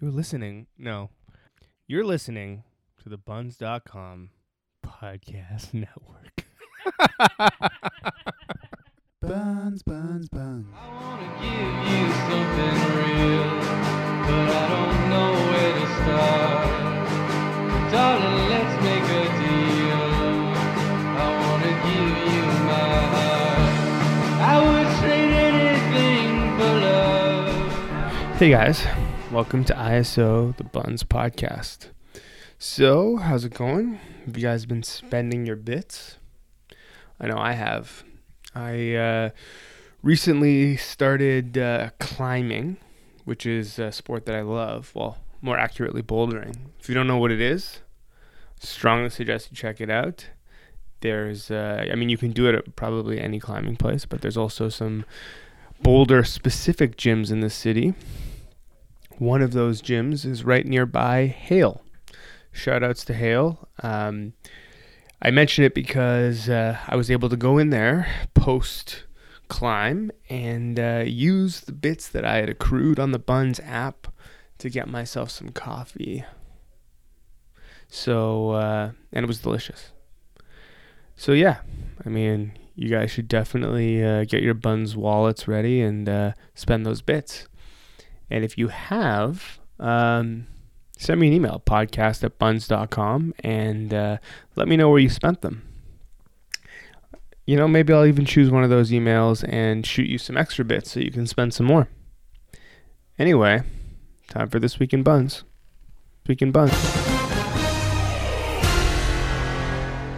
You're listening. No. You're listening to the buns.com podcast network. Buns, buns, buns. I wanna give you something real, but I don't know where to start. Darling, let's make a deal. I wanna give you my heart. I would trade anything for love. hey guys, welcome to ISO the Buns podcast. So, how's it going? Have you guys been spending your bits? I know I have. I uh, recently started uh, climbing, which is a sport that I love. Well, more accurately, bouldering. If you don't know what it is, strongly suggest you check it out. There's, uh, I mean, you can do it at probably any climbing place, but there's also some boulder specific gyms in the city. One of those gyms is right nearby Hale. Shoutouts to Hale. Um, I mention it because uh, I was able to go in there post climb and uh, use the bits that I had accrued on the Buns app to get myself some coffee. So, uh, and it was delicious. So, yeah, I mean, you guys should definitely uh, get your Buns wallets ready and uh, spend those bits. And if you have, um, send me an email, podcast at buns.com, and uh, let me know where you spent them. You know, maybe I'll even choose one of those emails and shoot you some extra bits so you can spend some more. Anyway, time for this week in buns. Week in buns.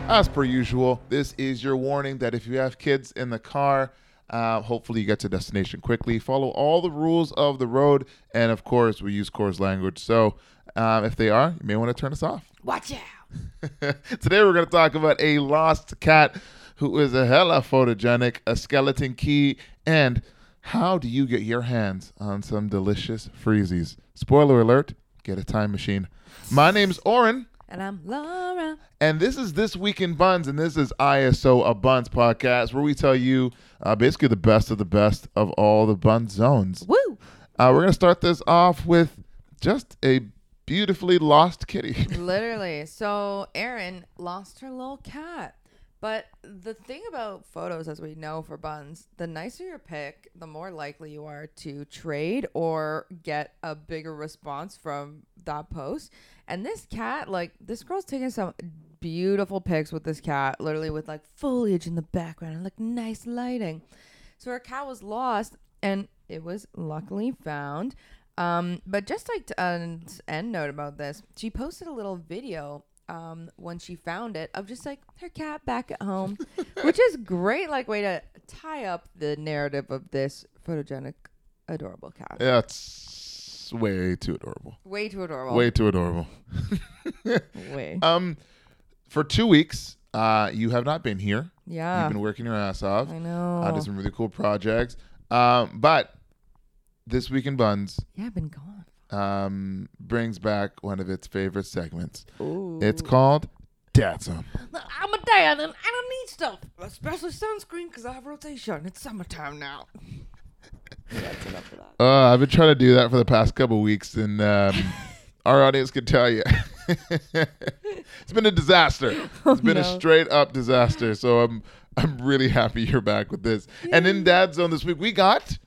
As per usual, this is your warning that if you have kids in the car, uh, hopefully you get to destination quickly. Follow all the rules of the road, and of course, we use course language. So uh, if they are, you may want to turn us off. Watch out. Today we're going to talk about a lost cat who is a hella photogenic, a skeleton key, and how do you get your hands on some delicious freezies? Spoiler alert, get a time machine. My name's Oren. And I'm Laura. And this is This Week in Buns, and this is ISO A Buns podcast, where we tell you uh, basically the best of the best of all the bun zones. Woo. Uh, we're going to start this off with just a beautifully lost kitty. Literally. So Erin lost her little cat. But the thing about photos, as we know for buns, the nicer your pick, the more likely you are to trade or get a bigger response from that post. And this cat, like, this girl's taking some beautiful pics with this cat, literally with like foliage in the background and like nice lighting. So her cat was lost, and it was luckily found. Um, but just like to, an end note about this, she posted a little video um, when she found it of just like her cat back at home, which is great, like way to tie up the narrative of this photogenic, adorable cat. That's way too adorable. Way Uh, too adorable. Way too adorable. Way. Um, for two weeks, uh, you have not been here. yeah. You've been working your ass off. I know. Uh, did some really cool projects. Um, but This Week in Buns yeah, I've been gone. um, brings back one of its favorite segments. Ooh. It's called Dadsum. I'm a dad and I don't need stuff, especially sunscreen because I have rotation. It's summertime now. That's enough of that. Uh, I've been trying to do that for the past couple weeks, and um, our audience can tell you it's been a disaster. It's been a no. straight up disaster. So I'm I'm really happy you're back with this. And in Dad Zone this week, we got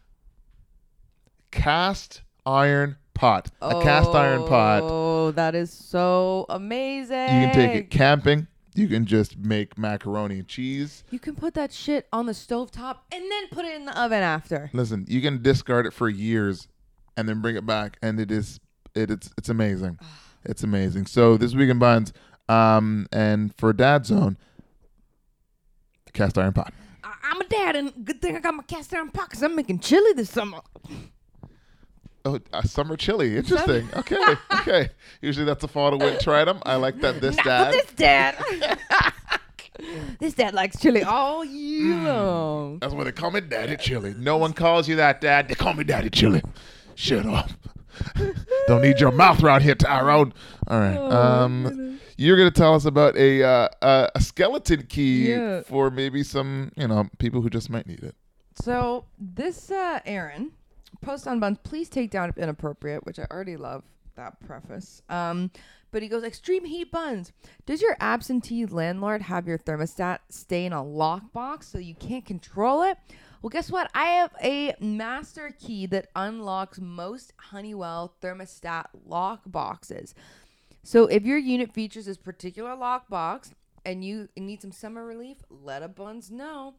cast iron pot, a cast iron pot. Oh, that is so amazing. You can take Oh. it camping. You can just make macaroni and cheese. You can put that shit on the stove top and then put it in the oven after. Listen, you can discard it for years and then bring it back and it is it, it's it's amazing. It's amazing. So this week in buns, um, and for dad zone, cast iron pot. I- I'm a dad, and good thing I got my cast iron pot 'cause I'm making chili this summer. Oh, uh, summer chili. Interesting. okay, okay. Usually that's a fall to winter item. I like that. This Not dad. for this dad. this dad likes chili all year long. That's why they call me Daddy Chili. No one calls you that, Dad. They call me Daddy Chili. Shut up. Don't need your mouth around here, Tyrone. All right. um, you're gonna tell us about a uh, a a skeleton key Yeah. for maybe some you know people who just might need it. So this uh Aaron post on buns, please take down if inappropriate, which I already love. that preface. Um, but he goes, Extreme heat buns. Does your absentee landlord have your thermostat stay in a lockbox so you can't control it? Well, guess what? I have a master key that unlocks most Honeywell thermostat lock boxes. So if your unit features this particular lockbox and you need some summer relief, let a buns know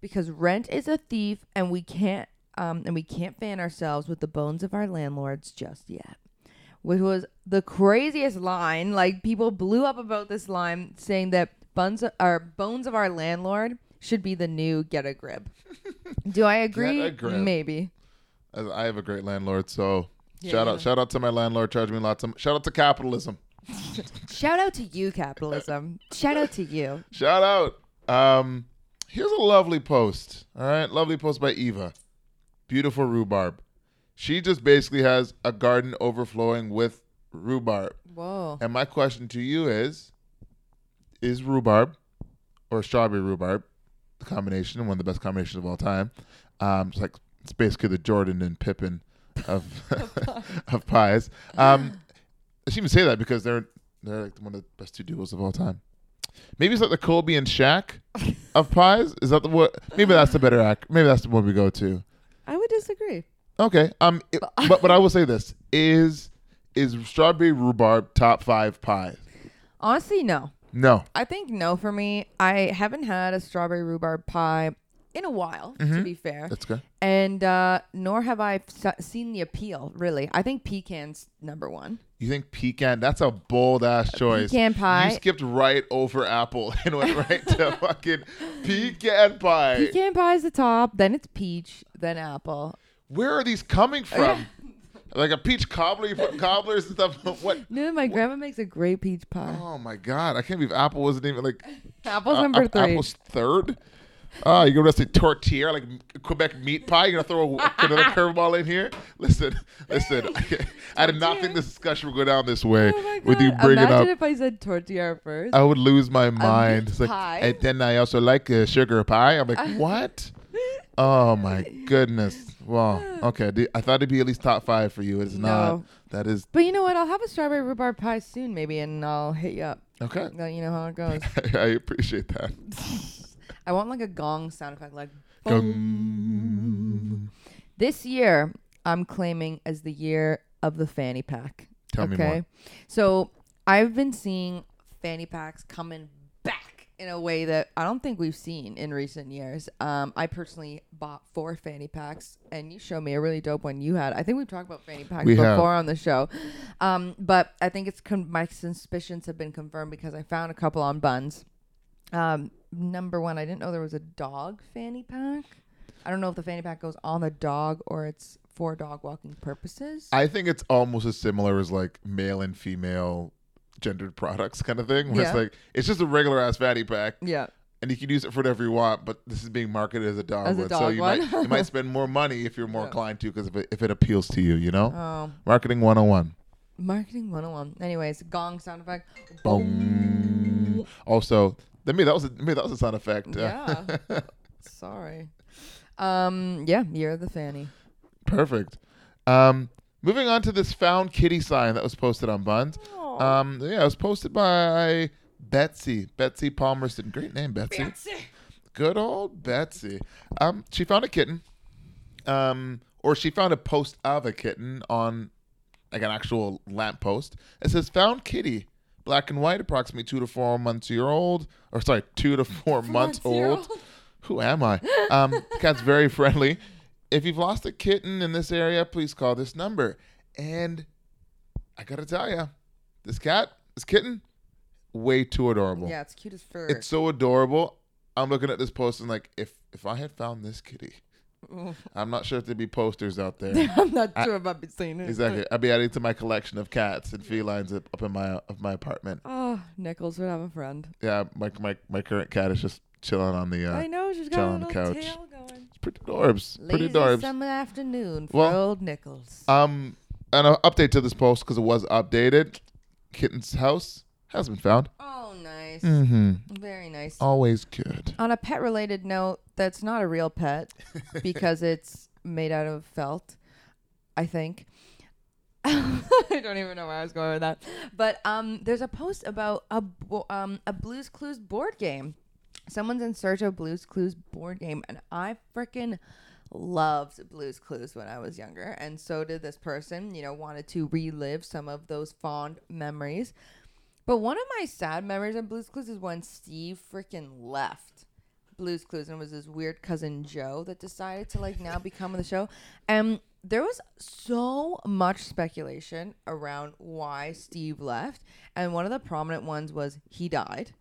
because rent is a thief and we can't um, and we can't fan ourselves with the bones of our landlords just yet. Which was the craziest line. Like people blew up about this line saying that buns our bones of our landlord should be the new get a grip. Do I agree? grip. Maybe. As I have a great landlord, so shout out, shout out to my landlord. Charge me lots of. Shout out to capitalism. Shout out to you, capitalism. Shout out to you. Shout out. Um, here's a lovely post. All right, lovely post by Eva. Beautiful rhubarb. She just basically has a garden overflowing with rhubarb. Whoa. And my question to you is is rhubarb or strawberry rhubarb the combination, one of the best combinations of all time? Um, it's like it's basically the Jordan and Pippin of of pies. Um, I shouldn't even say that because they're they're like one of the best two duos of all time. Maybe it's like the Colby and Shaq of pies. Is that the what? Maybe that's the better act. Maybe that's the one we go to. I would disagree. Okay. Um. it- but but I will say this is is strawberry rhubarb top five pies. Honestly, no. No. I think no for me. I haven't had a strawberry rhubarb pie in a while, to be fair. Mm-hmm. That's good. And uh, nor have I f- seen the appeal, really. I think pecan's number one. You think pecan? That's a bold ass choice. pecan pie. You skipped right over apple and went right to fucking pecan pie. Pecan pie is the top, then it's peach, then apple. Where are these coming from? like a peach cobbler? You put cobblers and stuff. what? No, my grandma makes a great peach pie. Oh my god! I can't believe apple wasn't even like Apple's a- number a- three. Apple's third. Ah, you're gonna say tortilla like Quebec meat pie. You're gonna throw a, another curveball in here. Listen, listen. I, I did not think this discussion would go down this way Oh my God. with you bringing up Imagine if I said tortilla first. I would lose my mind. meat It's like, pie? and then I also like uh, sugar pie. I'm like, what? Oh my goodness! Wow. Okay. dude, I thought it'd be at least top five for you. It's not. No. That is But you know what? I'll have a strawberry rhubarb pie soon, maybe, and I'll hit you up. okay. Let You know how it goes. I appreciate that. I want like a gong sound effect, like Gung. This year, I'm claiming as the year of the fanny pack. Tell me more. So I've been seeing fanny packs coming back in a way that I don't think we've seen in recent years. Um, I personally bought four fanny packs, and you showed me a really dope one you had. I think we've talked about fanny packs We before have. on the show, um, but I think it's con- my suspicions have been confirmed because I found a couple on Buns. Um, number one, I didn't know there was a dog fanny pack. I don't know if the fanny pack goes on the dog or it's for dog walking purposes. I think it's almost as similar as like male and female gendered products kind of thing. Where it's Yeah. like it's just a regular ass fatty pack, yeah. and you can use it for whatever you want. But this is being marketed as a dog As a one, so dog you one. might you might spend more money if you're more Yeah. inclined to because if it, if it appeals to you, you know. Oh, Marketing 101. marketing 101. Anyways, gong sound effect. Boom. Also, that me that was a, me that was a sound effect. Uh, Yeah. Sorry. Um, yeah, you're the fanny. perfect. Um, moving on to this found kitty sign that was posted on Buns. Oh. Um, yeah, it was posted by Betsy. Betsy Palmerston. Great name, Betsy. Good old Betsy. Um, she found a kitten. Um, or she found a post of a kitten on like an actual lamppost. It says found kitty, black and white, approximately two to four months year old. Or sorry, two to four months old. Who am I? Um, cat's very friendly. If you've lost a kitten in this area, please call this number. And I gotta tell ya, this cat, this kitten, way too adorable. Yeah, it's cute as fur. It's so adorable. I'm looking at this post and like, if if I had found this kitty, I'm not sure if there'd be posters out there. I'm not sure if I've been saying it. exactly. I'd be adding to my collection of cats and felines up, up in my up my apartment. Oh, Nichols would have a friend. Yeah, my my my current cat is just chilling on the. Uh, I know she's got chill a on the little couch. tail going. It's pretty dorbs. pretty Lazy dorbs. summer afternoon for Well, old Nichols. Um, and an update to this post because it was updated. Kitten's house has been found. oh, nice. Mm-hmm. Very nice. Always good. On a pet related note, that's not a real pet because it's made out of felt, I think. I don't even know where I was going with that. But um, there's a post about a bo- um, a Blues Clues board game. Someone's in search of Blues Clues board game, and I freaking loved Blues Clues when I was younger, and so did this person. You know, wanted to relive some of those fond memories. But one of my sad memories of Blues Clues is when Steve freaking left Blues Clues and it was his weird cousin Joe that decided to like now become the show. And there was so much speculation around why Steve left. And one of the prominent ones was he died.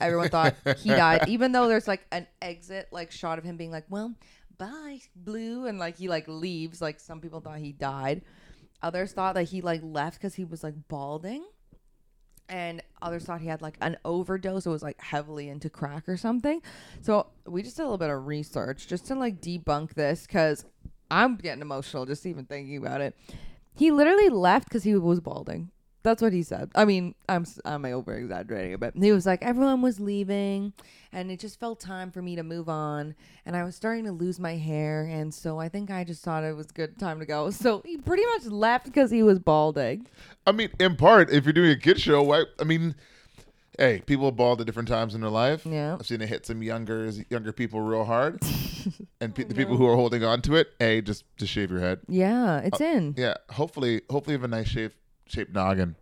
Everyone thought he died, even though there's like an exit like shot of him being like, "Well, bye, Blue," and like he like leaves. Like some people thought he died. Others thought that he like left because he was like balding and others thought he had like an overdose. It was like heavily into crack or something. So we just did a little bit of research just to like debunk this because I'm getting emotional just even thinking about it. He literally left because he was balding. That's what he said. I mean, I'm s- I'm over exaggerating a bit. He was like, everyone was leaving, and it just felt time for me to move on. And I was starting to lose my hair, and so I think I just thought it was good time to go. So he pretty much left because he was balding. I mean, in part, if you're doing a kid show, why? I mean, hey, people bald at different times in their life. Yeah. I've seen it hit some younger younger people real hard, and pe- the people who are holding on to it, hey, just just shave your head. Yeah, it's Uh, in. Yeah, hopefully, hopefully, you have a nice shape shaped noggin.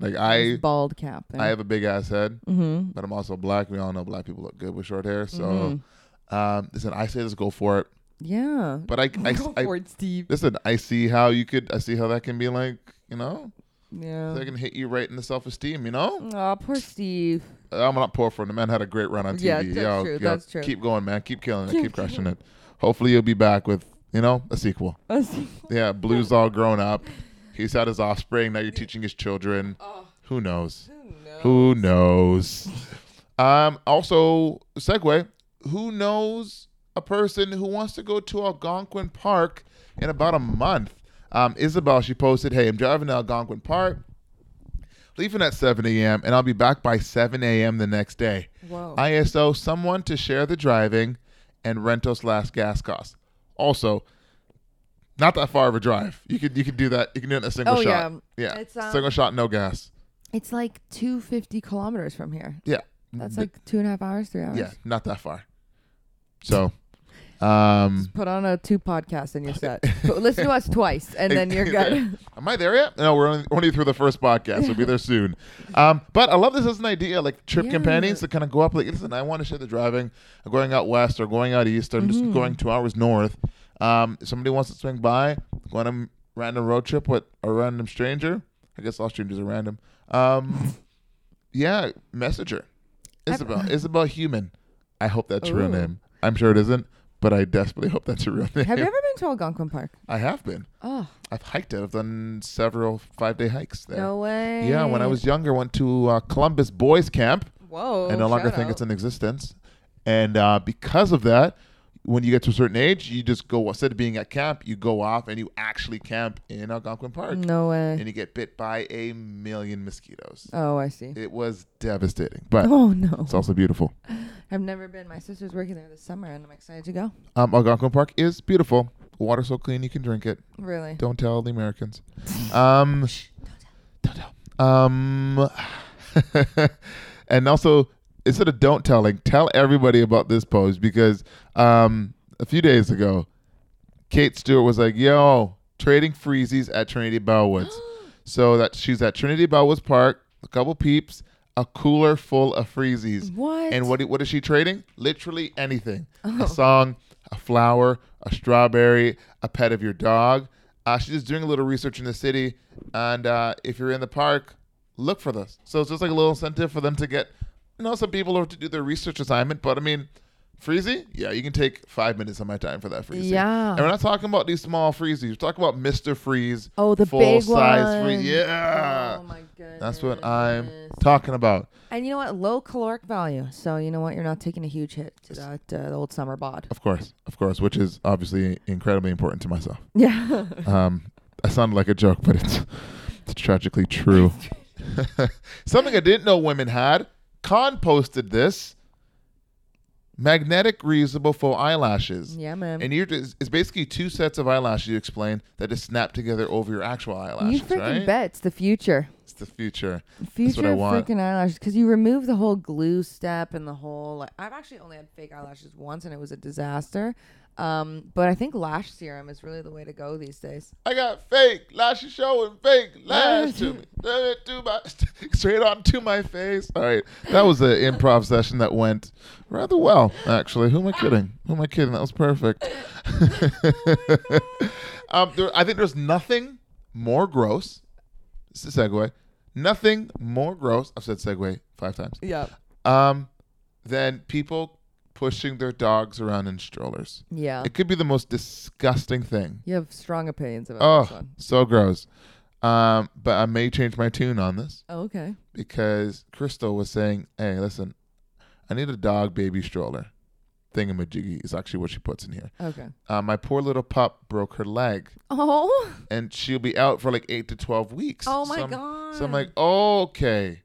Like I, bald cap. I have a big ass head, mm-hmm. but I'm also black. We all know black people look good with short hair. So, Mm-hmm. um, listen, I say let's go for it. Yeah. But I, I, Go I- for it, Steve. listen, I see how you could, I see how that can be like, you know, Yeah. that can hit you right in the self esteem. You know, Oh, poor Steve. I'm not poor for him. The man had a great run on TV. Yeah, that's Yo, true, yo, that's true. Keep going, man. Keep killing it. Keep crushing it. Hopefully, you'll be back with, you know, a sequel. Yeah, Blue's all grown up. He's had his offspring. Now you're teaching his children. Oh. Who knows? Who knows? um, also, segue. Who knows a person who wants to go to Algonquin Park in about a month? Um, Isabel, she posted, "Hey, I'm driving to Algonquin Park, leaving at 7 a.m., and I'll be back by 7 a.m. the next day. Whoa. ISO someone to share the driving and rental's last gas cost. Also, not that far of a drive. You could you could do that. You can do it in a single Oh, shot. yeah. Yeah, It's, um, single shot, no gas. It's like 250 kilometers from here. Yeah, That's Th- like two and a half hours, three hours. Mm. yeah, not that far. So, um, Put on a two podcast and you're set. But listen to us twice and then you're good. Am I there yet? No, we're only, only through the first podcast. We'll be there soon. Um, but I love this as an idea, like trip Yeah. companions to kind of go up. Like, listen, I want to share the driving. I'm going out west or going out east. Or I'm Mm-hmm. just going two hours north. Um, if somebody wants to swing by, go on a random road trip with a random stranger. I guess all strangers are random. Um, yeah, messenger, Isabel, Isabel Human. I hope that's your real Ooh. name. I'm sure it isn't, but I desperately hope that's your real name. have you ever been to Algonquin Park? I have been. Oh, I've hiked it. I've done several five day hikes there. no way. Yeah, when I was younger, went to uh, Columbus Boys Camp. Whoa. I no longer shout think out. it's in existence. And uh, because of that, when you get to a certain age, you just go, instead of being at camp, you go off and you actually camp in Algonquin Park. No way. And you get bit by a million mosquitoes. Oh, I see. It was devastating, but Oh, no. it's also beautiful. I've never been. My sister's working there this summer and I'm excited to go. Um, Algonquin Park is beautiful. Water so clean you can drink it. Really? Don't tell the Americans. Um, don't tell. Um, and also, instead of don't telling, tell everybody about this post because um, a few days ago, Kate Stewart was like, "Yo, trading freezies at Trinity Bellwoods." so that she's at Trinity Bellwoods Park. A couple peeps, a cooler full of freezies. What? Oh. And what i- what is she trading? Literally anything. A song, a flower, a strawberry, a pet of your dog. Uh, she's just doing a little research in the city, and uh, if you're in the park, look for this. So it's just like a little incentive for them to get. You know, some people have to do their research assignment, but I mean, freezy. Yeah, you can take five minutes of my time for that freezy. Yeah. And we're not talking about these small freezies. We're talking about Mister Freeze. Oh, the full big size ones. freeze. Yeah. Oh my goodness. That's what I'm talking about. And you know what? Low caloric value. So you know what? You're not taking a huge hit to that uh, the old summer bod. Of course, of course, which is obviously incredibly important to myself. Yeah. Um, I sounded like a joke, but it's, it's tragically true. Something I didn't know women had. Con posted this. magnetic reusable faux eyelashes. Yeah, man. And you're just, it's basically two sets of eyelashes you explain that just snap together over your actual eyelashes, you freaking right? bet it's the future. It's the future. That's what I Future want. freaking eyelashes. Because you remove the whole glue step and the whole. Like, I've actually only had fake eyelashes once and it was a disaster. Um, but I think lash serum is really the way to go these days. I got fake lashes showing fake lash to me. Straight to my- Straight on to my face. All right. That was an improv session that went rather well, actually. Who am I kidding? Who am I kidding? That was perfect. um, there, I think there's nothing more gross. This is a segue. Nothing more gross. I've said segue five times. Yep. Um, than people pushing their dogs around in strollers. Yeah. It could be the most disgusting thing. You have strong opinions about this Oh, one. so gross. Um, but I may change my tune on this Oh, okay. because Crystal was saying, "Hey, listen, I need a dog baby stroller." Thingamajiggy is actually what she puts in here. Okay. Uh, my poor little pup broke her leg, Oh. and she'll be out for like eight to twelve weeks. Oh my so I'm- god. So I'm like, oh, okay,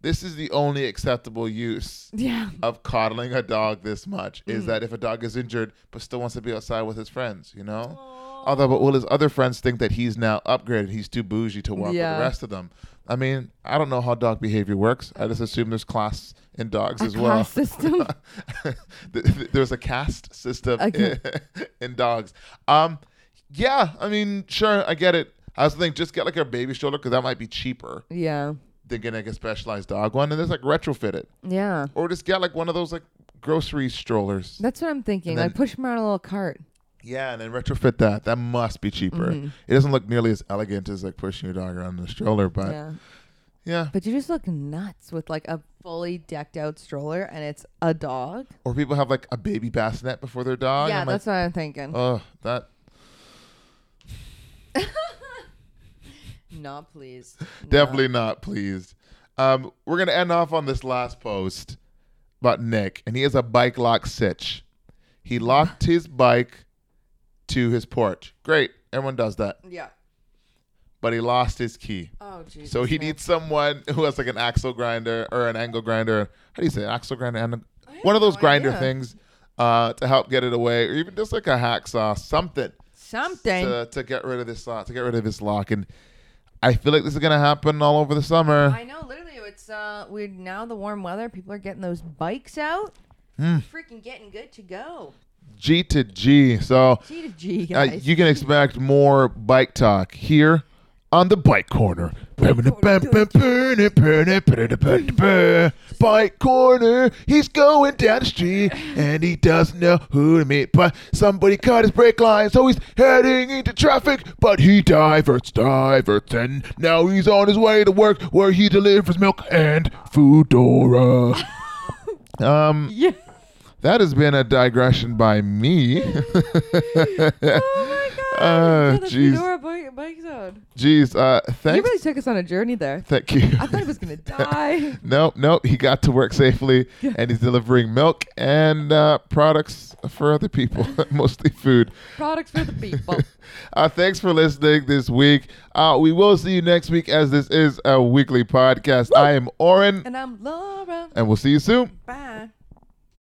this is the only acceptable use Yeah. of coddling a dog this much Mm. is that if a dog is injured but still wants to be outside with his friends, you know. Although, but will his other friends think that he's now upgraded? He's too bougie to walk with Yeah. the rest of them. I mean, I don't know how dog behavior works. I just assume there's class in dogs A as well. class system? Th- th- there's a caste system Okay. in, in dogs. Um, yeah, I mean, sure, I get it. I was thinking just get like a baby stroller because that might be cheaper Yeah. than getting like a specialized dog one, and there's like retrofit it, Yeah. or just get like one of those like grocery strollers. That's what I'm thinking. And like push them around a little cart. Mm-hmm. Yeah, and then retrofit that. That must be cheaper. It doesn't look nearly as elegant as like pushing your dog around in a stroller, but yeah. yeah. But you just look nuts with like a fully decked out stroller and it's a dog. Or people have like a baby bassinet before their dog. yeah, I'm like, that's what I'm thinking. oh, that. Oh. Not pleased. No. Definitely not pleased. Um, we're gonna end off on this last post about Nick, and he has a bike lock sitch. He locked his bike to his porch. Great, everyone does that, Yeah. but he lost his key. Oh Jesus. So he man. needs someone who has like an axle grinder or an angle grinder. How do you say it? axle grinder? And I have one of those no grinder idea. things uh, to help get it away, or even just like a hacksaw, something something. to, to get rid of this lock, to get rid of this lock. And I feel like this is gonna happen all over the summer. I know, literally, it's uh, we're now the warm weather. People are getting those bikes out, Hmm. freaking getting good to go. G to G. So G to G, uh, guys. you can expect more bike talk here on the Bike Corner. Bike Corner. He's going down the street and he doesn't know who to meet, but somebody cut his brake line, so he's heading into traffic. But he diverts, diverts, and now he's on his way to work where he delivers milk and foodora. um. yeah. That has been a digression by me. Oh my Oh, god. Get the jeez. Fedora bike, bike zone. Jeez, uh, You thanks. really took us on a journey there. Thank you. I thought he was gonna die. nope, nope. He got to work safely, and he's delivering milk and uh, products for other people, mostly food. Products for the people. uh, thanks for listening this week. Uh, we will see you next week, as this is a weekly podcast. I am Oren, and I'm Laura. and we'll see you soon. Bye.